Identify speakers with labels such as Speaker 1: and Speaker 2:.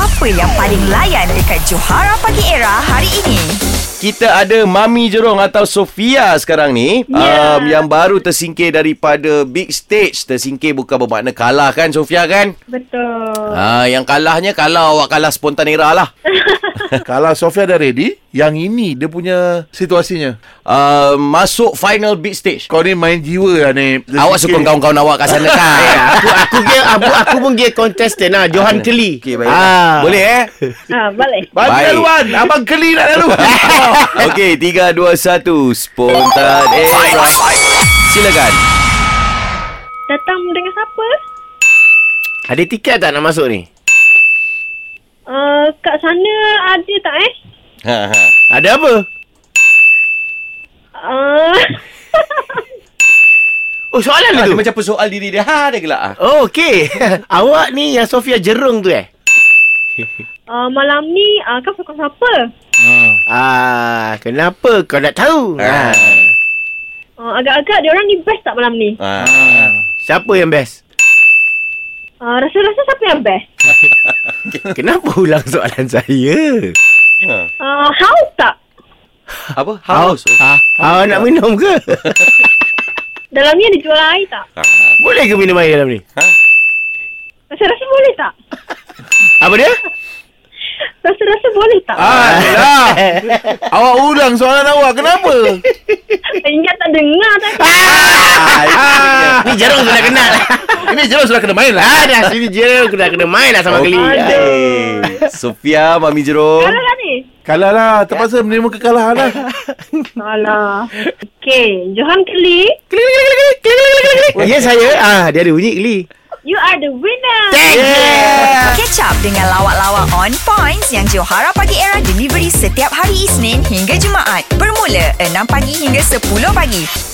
Speaker 1: Apa yang paling layan dekat Johara Pagi Era hari ini?
Speaker 2: Kita ada Mami Jerong atau Sofia sekarang ni Um,
Speaker 3: Ya.
Speaker 2: Yang baru tersingkir daripada big stage Tersingkir bukan bermakna kalah kan Sofia kan?
Speaker 3: Betul.
Speaker 2: Ah, yang kalahnya kalau awak kalah spontan era lah
Speaker 4: Kalau Sofia dah ready, yang ini dia punya situasinya.
Speaker 2: uh, Masuk final big stage
Speaker 4: Kau ni main jiwa lah ni. Dia
Speaker 2: Awak
Speaker 4: fikir-
Speaker 2: suka kawan-kawan awak kat sana kan?
Speaker 5: aku aku dia aku, aku pun dia contestant lah Johan Kelly.
Speaker 2: Okey, baik. Ah. Boleh eh?
Speaker 3: Ah, boleh.
Speaker 4: Bagi
Speaker 2: Baik.
Speaker 4: laluan. Abang Keli nak laluan.
Speaker 2: Okey, 3, 2, 1 Spontan era Silakan
Speaker 3: Datang dengan siapa?
Speaker 5: Ada tiket tak nak masuk ni?
Speaker 3: Uh, kat sana ada tak eh?
Speaker 2: ha, ha.
Speaker 5: Ada apa?
Speaker 3: Uh,
Speaker 5: Oh
Speaker 2: Ah,
Speaker 5: soalan ah,
Speaker 2: Dia
Speaker 5: tu.
Speaker 2: macam persoal diri dia Ha, dia gelak ah.
Speaker 5: Oh okey. Awak ni yang Sofia Jerung tu eh?
Speaker 3: uh, malam ni uh, kau suka siapa?
Speaker 5: Ah, kenapa kau nak tahu?
Speaker 2: Ah.
Speaker 5: Ah.
Speaker 3: Uh, agak-agak diorang ni best tak malam ni?
Speaker 2: Ah.
Speaker 5: Siapa yang best?
Speaker 3: Uh, rasa-rasa siapa yang best?
Speaker 5: Kenapa ulang soalan saya?
Speaker 3: Uh, house tak?
Speaker 2: Apa? House
Speaker 5: Ah, awak nak minum ke?
Speaker 3: Dalam ni ada jual air tak?
Speaker 5: boleh ke minum air dalam ni?
Speaker 3: Rasa-rasa boleh tak?
Speaker 5: Apa dia?
Speaker 3: Rasa-rasa boleh tak?
Speaker 4: ah, lah. Awak ulang soalan awak. Kenapa?
Speaker 3: Ingat tak dengar tadi.
Speaker 2: Ah,
Speaker 5: Ni Jerung sudah kenal.
Speaker 4: Ini jelas sudah kena main lah.
Speaker 5: ah, dah sini Jerung sudah kena main lah
Speaker 2: Oh.
Speaker 5: sama Kelly.
Speaker 2: Aduh. Sofia, Mami Jerome.
Speaker 3: Kalah lah ni.
Speaker 4: Kalah lah. Terpaksa menerima kekalahan lah.
Speaker 3: Alah. Okay. Johan Kelly,
Speaker 5: Klik, klik, klik, klik, klik, klik, klik, klik. Ya saya ah dia ada bunyi Kelly.
Speaker 3: you are the winner.
Speaker 1: Yeah. Catch up dengan lawak-lawak on points yang Johara Pagi Era delivery setiap hari Isnin hingga Jumaat. Bermula 6 pagi hingga 10 pagi.